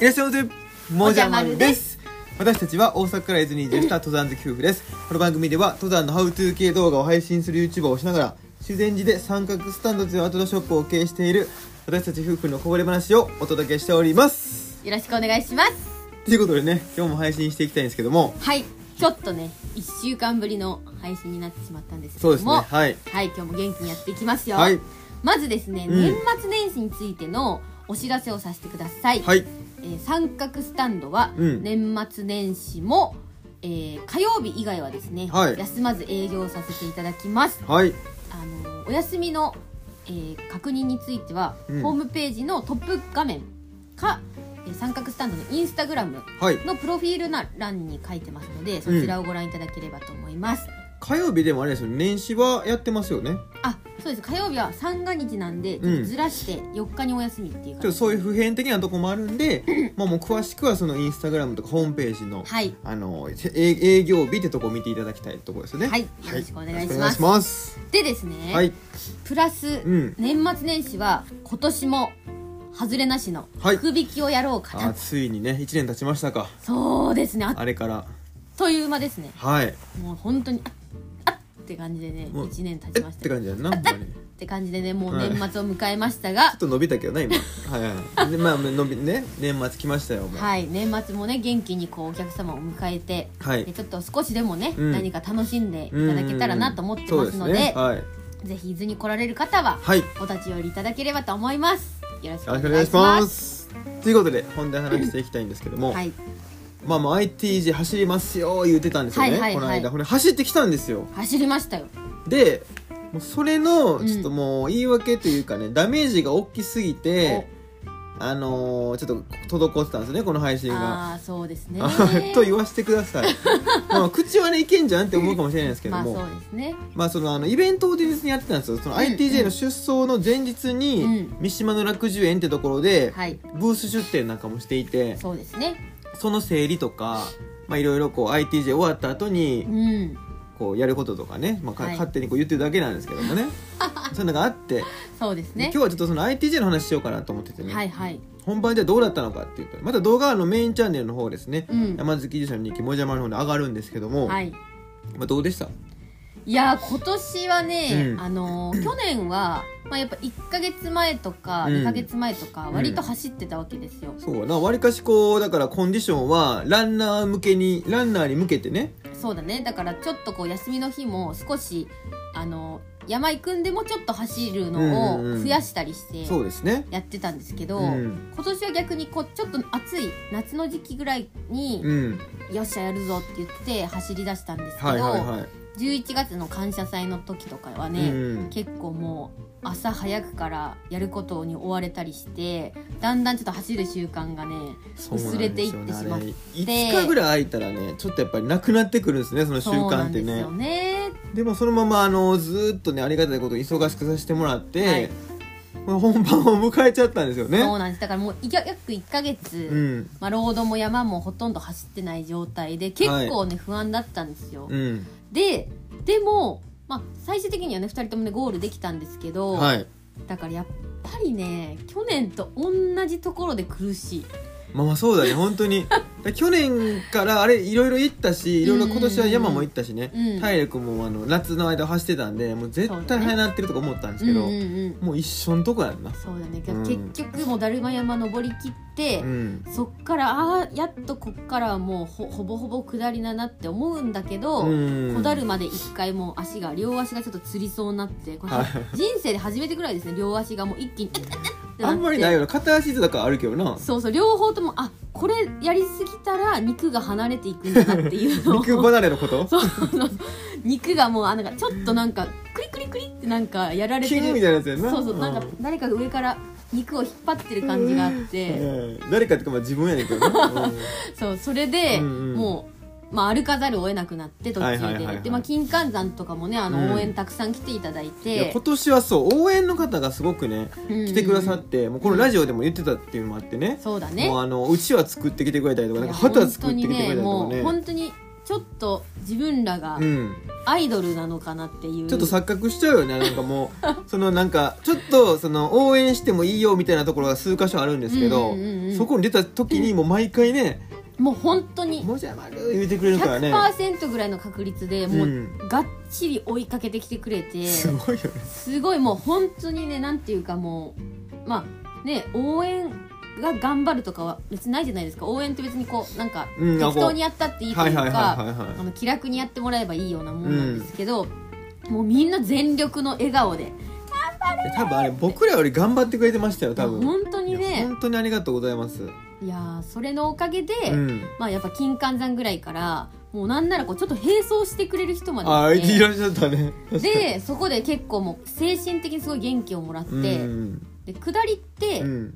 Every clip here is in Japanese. いらっしゃいませもじゃまるもじゃまるでです私たちは大阪から伊豆に移住した登山好き夫婦ですこの番組では登山のハウトゥー系動画を配信する YouTuber をしながら修善寺で三角スタンドというアウトドアショップを経営している私たち夫婦のこぼれ話をお届けしておりますよろしくお願いしますということでね今日も配信していきたいんですけどもはいちょっとね1週間ぶりの配信になってしまったんですけそうどですねもはいはい今日も元気にやっていきますよ、はいまずですね、うん年末年始についてのお知らせをさせてください、はいえー三角スタンドはうん年末年始も、えー火曜日以外はですね、はい休まず営業させていただきますはいあのお休みの、えー確認については、うんホームページのトップ画面か、えー三角スタンドのインスタグラムはいのプロフィールな欄に書いてますのでそちらをご覧いただければと思います、火曜日でもあれですよね年始はやってますよねあそうです火曜日は三が日なんでちょっとずらして4日にお休みっていちょう感っとじ、そういう普遍的なとこもあるん で、まあもう詳しくはそのインスタグラムとかホームページの、はいあのえ営業日ってとこ見ていただきたいところですよね。はいよろしくお願いよろしますくお願いします。でですね、はいプラス、うん年末年始は今年も外れなしのはい福引きをやろうかな、あついにね一年経ちましたか。そうですねあっあれからという間ですね はいもう本当にあっあっって感じでねもう1年経えちまっしたてよ感じだな。ほんまにちょって感じでねもうはい年末を迎えましたがっ、と伸びたけどな今。はいはい。でまあ伸びね年末来ましたよもう。はい、年末もね元気にこうお客様を迎えて、はいでちょっと少しでもね、うん何か楽しんでいうんただけたらなと思ってますのそうすでねはい。ぜひ伊豆に来られる方は、はいお立ち寄りいただければと思いますよろしくよおろしくお願願いいししまますす。ということで本題話していきたいんですけども、はいまあまあ ITG 走りますよー言ってたんですよね、はいはいはいこの間これ走ってきたんですよ走りましたよでもうそれのうんちょっともう言い訳というかね、ダメージが大きすぎてあのーちょっと滞ってたんですよねこの配信が。ああーそうですね と言わせてください まあ口はねいけんじゃんって思うかもしれないですけどまあも、そうですねまあそのあのイベントを前日にやってたんですよそのうん ITJ の出走の前日に、うん三島の楽寿園ってところで、はいブース出店なんかもしていてそうですねその整理とか、まあ、いろいろこう ITJ 終わった後にうんこうやることとかね、まあかはい勝手にこう言ってるだけなんですけど もねそういうのがあって、そうですね今日はちょっとその ITJ の話しようかなと思っててね、はいはい本番ではどうだったのかっていうとまた動画のメインチャンネルの方ですね、うん山月技術の日記もじゃまの方で上がるんですけども、はいまあ、どうでしたいやー今年はね、うんあのー去年は、まあ、やっぱ1か月前とかうん2か月前とかうん割と走ってたわけですよ、そうやなわりかしこうだからコンディションはランナー向けにランナーに向けてねそうだねだからちょっとこう休みの日も少しあのー山行くんでもちょっと走るのうんうんうをん増やしたりしてそうですねやってたんですけど、うん今年は逆にこうちょっと暑い夏の時期ぐらいに、うんよっしゃやるぞって言って走り出したんですけど、はいはいはい、 11月の感謝祭の時とかはね、うん結構もう朝早くからやることに追われたりしてだんだんちょっと走る習慣がねそうなん薄れていでっすよねてしまってあれ5日ぐらい空いたらねちょっとやっぱりなくなってくるんですねその習そうな慣っんてですねよねでもそのままあのずーっとねありがたいことに忙しくさせてもらって、はいまあ本番を迎えちゃったんですよそうね。なんですだからもういや約1ヶ月、うんまあ、ロードも山もほとんど走ってない状態で結構ね、不安だったんですよ、うんででも、まあ、最終的にはね2人ともねゴールできたんですけど、はいだからやっぱりね去年と同じところで苦しいまあまあそうだね本当 に去年からあれいろいろ行ったしいろいろ今年は山も行ったしね、うん体力もあの夏の間走ってたんでもう絶対早なってるとか思ったんですけど、うんうんうんもう一緒のとこやんな。そうだね、うん結局もうだるま山登りきって、うんそっからあーやっとこっからはもうほほぼほぼ下りだなって思うんだけど、うん小だるまで一回もう足が両足がちょっとつりそうになってこれはい人生で初めてぐらいですね両足がもう一気にってなってあんまりないよな片足とかあるけどなそうそう両方ともあこれやりすぎたら肉が離れていくんだなっていうのを肉離れのことそうそう 肉がもうあなんかちょっとなんかクリクリクリってなんかやられキてングみるたいなやつやんなそうそうなんか誰かが上から肉を引っ張ってる感じがあってうん誰かっていうかまあ自分やねんけど な、うんそうそれでうんうんもう、まあ、歩かざるを得なくなって途中はいはいはいはでいでまあ金環山とかもねあうんの応援たくさん来ていただいいやて今年はそう応援の方がすごくね来来てくださって、もうこのラジオでも言ってたっていうのもあってね、そうだねもうあのうちは作ってきてくれたりとかなんかいや旗作ってきてくれたりとか本当にねもうね本当にちょっと自分らがうん、アイドルなのかなっていう、ちょっと錯覚しちゃうよねなんかもうそのなんかちょっとその応援してもいいよみたいなところが数箇所あるんですけど、うんうんうんうんそこに出た時にもう毎回ねもう本当「にもじゃまる」言うてくれるからね100%ぐらいの確率でもう、うんがっちり追いかけてきてくれて、すごいよねすごいもう本当にねなんていうかもうまあね応援が頑張るとかは別にないじゃないですか応援って別にこうなんかうん適当にやったっていいとはいいうはいはいかはいはいあの気楽にやってもらえばいいようなもんなんですけど、もうみんな全力の笑顔で多分あれ僕らより頑張ってくれてましたよ多分本当にいやね本当にありがとうございます、いやーそれのおかげで、うん、まあやっぱ金環山ぐらいからもうなんならこうちょっと並走してくれる人までああいいてらっしゃったねでそこで結構もう精神的にすごい元気をもらって、うんで下りって、うん、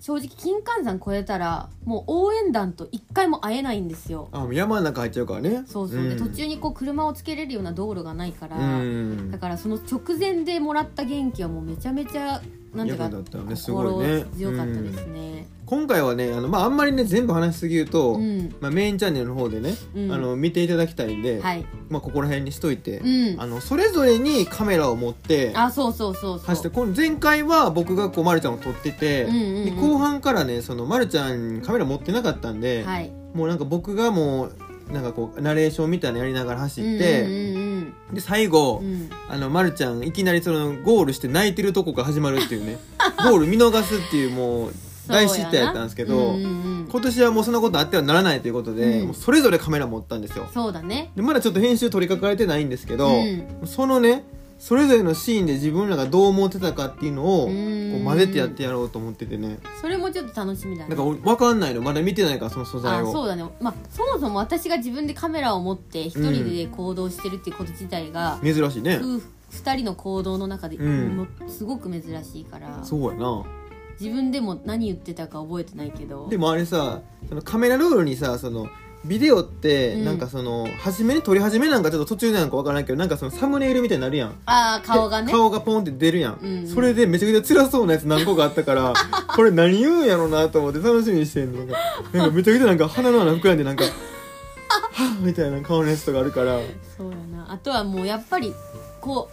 正直金環山越えたらもう応援団と一回も会えないんですよあもう山の中入っちゃうからねそうそう、でん途中にこう車をつけれるような道路がないから、うんだからその直前でもらった元気はもうめちゃめちゃなんていうか役立ったよねすごいね心強かったですね今回はねあの、まあ、あんまりね全部話しすぎると、うん、うんまあ、メインチャンネルの方でね、うんあの見ていただきたいんで、はいまあ、ここら辺にしといて、うんあのそれぞれにカメラを持ってあそうそうそうそう走ってこの前回は僕がこうまるちゃんを撮ってて、うんうんうんで後半からねそのまるちゃんカメラ持ってなかったんで、はいもうなんか僕がもうなんかこうナレーションみたいなのやりながら走っうんて、うんで最後、うんうんあのまるちゃんいきなりそのゴールして泣いてるとこから始まるっていう ねゴール見逃すっていうもう大失態やったんですけど、そうやなうんうんうん今年はもうそんなことあってはならないということで、うんもうそれぞれカメラ持ったんですよそうだねでまだちょっと編集取り掛かれてないんですけど、うそのねそれぞれのシーンで自分らがどう思ってたかっていうのをこうんう混ぜてやってやろうと思っててねそれもちょっと楽しみだなねんか俺分かんないのまだ見てないからその素材あをそうだね、まあ、そもそも私が自分でカメラを持って一人で行動してるっていうこと自体が、珍しいね夫婦2人の行動の中で、うんもすごく珍しいからそうやな自分でも何言ってたか覚えてないけどでもあれさそのカメラロールにさそのビデオってうんなんかその、初めに撮り始めなんかちょっと途中なんか分からないけどなんかそのサムネイルみたいになるやんああ顔がでね顔がポンって出るやん、うんうんそれでめちゃくちゃ辛そうなやつ何個かあったから これ何言うんやろうなと思って楽しみにしてんのなんかなんかめちゃくちゃなんか鼻の穴膨らんで なんかはぁみたいな顔のやつとかあるからそうやなあとはもうやっぱりこ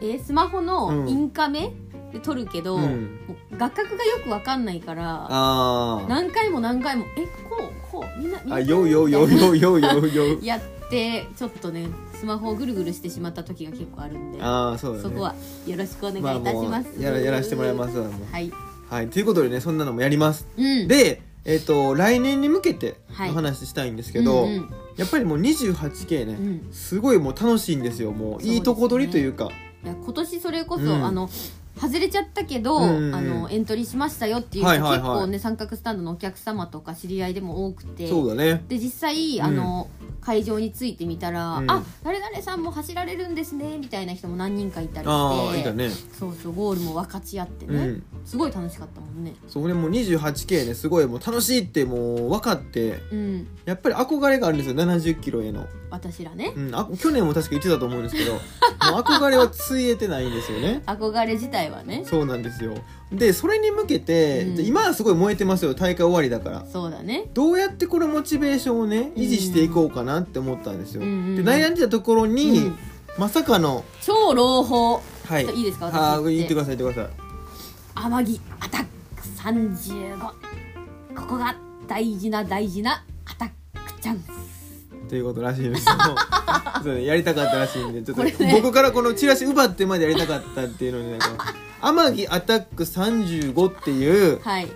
う、えースマホうのんインカメで撮るけど、うんもう画角がよくわかんないからあ何回も何回も「えこうこうみんなみんなあよよよよよ よよやってちょっとねスマホをぐるぐるしてしまった時が結構あるんでああそうだねそこはよろしくお願いいまあたしもます、うやらやらしてもらいますわもはい、うはいということでねそんなのもやりますうん、でえっ、と来年に向けてはいお話ししたいんですけど、うんうんやっぱりもう 28K ね、うんすごいもう楽しいんですよもういいとこ取りというかいや今年それこそ、うんあの外れちゃったけど、うんうんあのエントリーしましたよっていう人、はいはいはい結構ね三角スタンドのお客様とか知り合いでも多くてそうだねで実際あの、会場に着いてみたら「うんあ誰々さんも走られるんですね」みたいな人も何人かいたりああいしいてだねそうそうゴールも分かち合ってうね、んすごい楽しかったもんねそうねもう 28K ねすごいもう楽しいってもう分かってうんやっぱり憧れがあるんですよ70キロへの、私らねうん、あ去年も確か言ってたと思うんですけ どもう憧れはついえてないんですよね憧れ自体はねそうなんですよでそれに向けて、うんで今はすごい燃えてますよ大会終わりだからそうだねどうやってこれモチベーションをね維持していこうかなって思ったんですよ、うんうんで悩んでたところに、うんまさかの超朗報はいちょっといいですか私は言っーて言ってください言ってください天城アタック35ここが大事な大事なアタックチャンスということらしいですもう そうねやりたかったらしいんでちょっと、これね僕からこのチラシ奪ってまでやりたかったっていうのになんか天城アタック35っていう、はい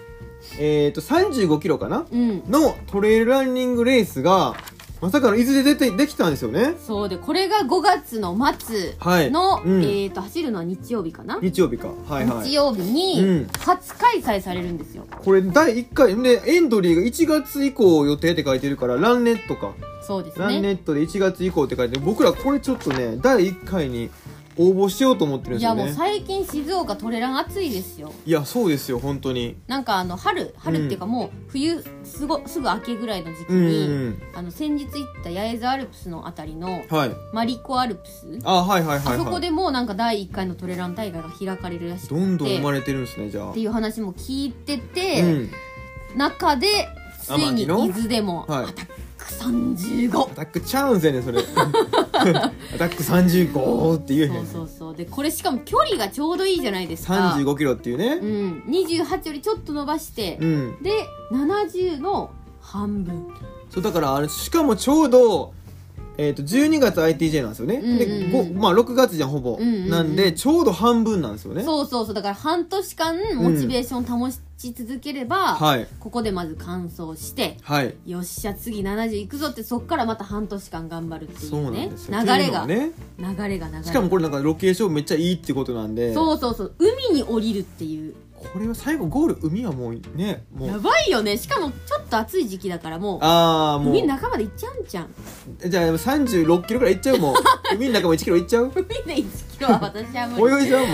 えー、と35キロかなうんのトレイルランニングレースがまさかの伊豆で出てできたんですよねそうでこれが5月の末はいの、うんえー、と走るのは日曜日かな、日曜日かはいはい日曜日うんに初開催されるんですよ、これ第1回でエントリーが1月以降予定って書いてるからランネットか、そうですランネねットで1月以降って書いてる僕らこれちょっとね第1回に応募しようと思ってるんでいすよやねもう最近静岡トレラン暑いですよいやそうですよ本当になんかあの春春っていうかもう冬すごすぐ明けぐらいの時期うんに、うんあの先日行った八重洲アルプスのあたりのはいマリコアルプスあはいはいはいはいあそこでもうなんか第1回のトレラン大会が開かれるらしくてどんどん生まれてるんですねじゃあっていう話も聞いてて、うん中でつい天に伊城の豆でもはいアタックク35アタックチャンスやねそ れアタック35って言えへんそうそうそうでこれしかも距離がちょうどいいじゃないですか35キロっていううねん28よりちょっと伸ばしてう、んで70の半分そうだからあれしかもちょうどえー、と12月 ITJ なんですよね、うんうんうんでごまあ、6月じゃんほぼ、うんうんうんなんでちょうど半分なんですよねそうそうそうだから半年間モチベーション保ち続ければ、はいここでまず完走してはいよっしゃ次70いくぞってそっからまた半年間頑張るっていそうなうんねですよ流っていれうのが、はね流れが流れしかもこれなんかロケーションめっちゃいいってことなんでそうそうそう海に降りるっていうこれは最後ゴール海はもうねもやうばいよねしかもちょっと暑い時期だからもうああも海のう中まで行っちゃうんじゃんじゃあ36キロぐらい行っちゃう もう海の中も1キロ行っちゃう海の1キロは私は無泳い理じゃう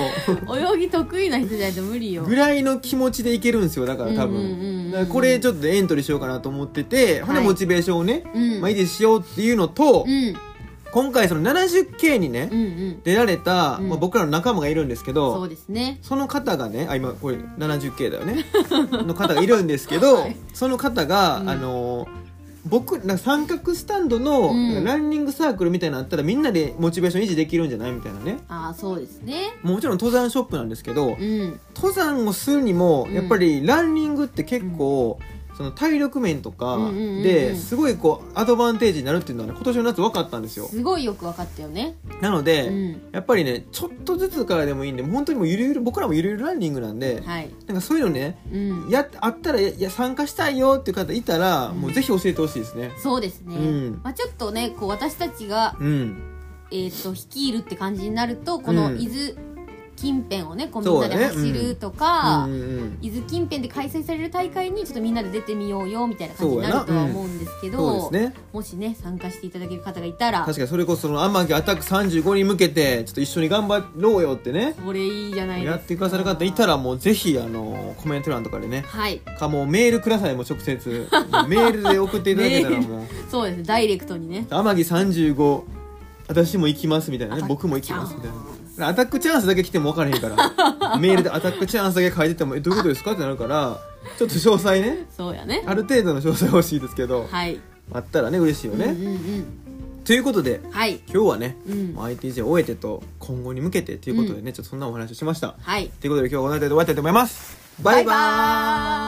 もう泳ぎ得意な人じゃないと無理 よぐらいの気持ちでいけるんですよだから多分、うんうんうんうんだからこれちょっとエントリーしようかなと思ってて、ほんではいモチベーションをね、うんまあ、維持しようっていうのと、うん今回その 70K にね、うんうん出られた、うんまあ、僕らの仲間がいるんですけそうどですねその方がねあ今これ 70K だよ ねの方がいるんですけど、はいその方が、うんあのー僕なんか三角スタンドのうんランニングサークルみたいなのあったらみんなでモチベーション維持できるんじゃないみたいなねああそうですねもちろん登山ショップなんですけど、うん登山をするにもうんやっぱりランニングって結構、その体力面とかうんうんうんうんですごいこうアドバンテージになるっていうのは、ね、今年の夏分かったんですよすごいよく分かったよねなのうで、んやっぱりねちょっとずつからでもいいんで本当にもうゆるゆる僕らもゆるゆるランニングなんで、はいなんかそういうのねうんやあったらやいや参加したいよっていう方いたら、うんもうぜひ教えてほしいですねそうですね、うんまあ、ちょっとねこう私たちが、うんえー、と率いるって感じになるとこのうん伊豆近辺をねこうみそんうなだねで走るとか、うんうんうん伊豆近辺で開催される大会にちょっとみんなで出てみようよみたいな感じになるとそうやはなうん思うんですけど、そうですねもしね参加していただける方がいたら確かにそれこそその天城アタック35に向けてちょっと一緒に頑張ろうよってねこれいいじゃないですかやってくださる方いたらもうぜひあのコメント欄とかでねはいかもうメールくださいもう直 接もうメールで送っていただけたらもうそうですねダイレクトにね「天城35私も行きます」みたいなねアタック僕も行きますみたいなアタックチャンスだけ来ても分からへんからメールで「アタックチャンス」だけ書いてても「えどういうことですか?」ってなるからちょっと詳細ねそうやねある程度の詳細欲しいですけどはいあったらね嬉しいようんうね、んということでうんはい今日はね、うんもう ITJ を終えてと今後に向けてということでね、ちょっとそんなお話をしましたはいということで今日はこの辺りで終わりたいと思いますバイバーイバイバーイ